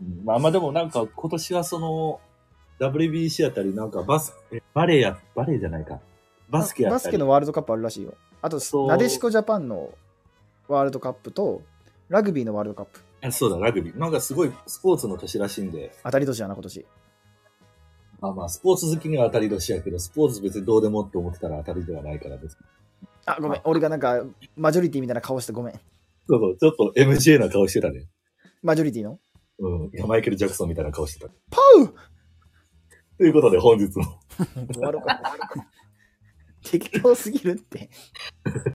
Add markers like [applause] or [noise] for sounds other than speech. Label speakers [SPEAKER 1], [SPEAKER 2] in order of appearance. [SPEAKER 1] うんまあ、まあでもなんか今年はその、WBC やったり、なんかバス、えバレーや、バレーじゃないか。バスケやったり。
[SPEAKER 2] バスケのワールドカップあるらしいよ。あと
[SPEAKER 1] そ、う
[SPEAKER 2] なでしこジャパンのワールドカップと、ラグビーのワールドカップ。
[SPEAKER 1] あそうだ、ラグビー。なんかすごいスポーツの年らしいんで、
[SPEAKER 2] 当たり年やな、今年。
[SPEAKER 1] まあまあ、スポーツ好きには当たり年やけど、スポーツ別にどうでもって思ってたら当たりではないから別に。
[SPEAKER 2] あ、ごめん。俺がなんか、マジョリティみたいな顔してごめん。
[SPEAKER 1] そうそう、ちょっと MJ な顔してたね。
[SPEAKER 2] マジョリ
[SPEAKER 1] [laughs]
[SPEAKER 2] ティの
[SPEAKER 1] うん。いやマイケル・ジャクソンみたいな顔してた。
[SPEAKER 2] パウ
[SPEAKER 1] ということで、本日も。
[SPEAKER 2] [laughs] 終わろうか。適当すぎるって。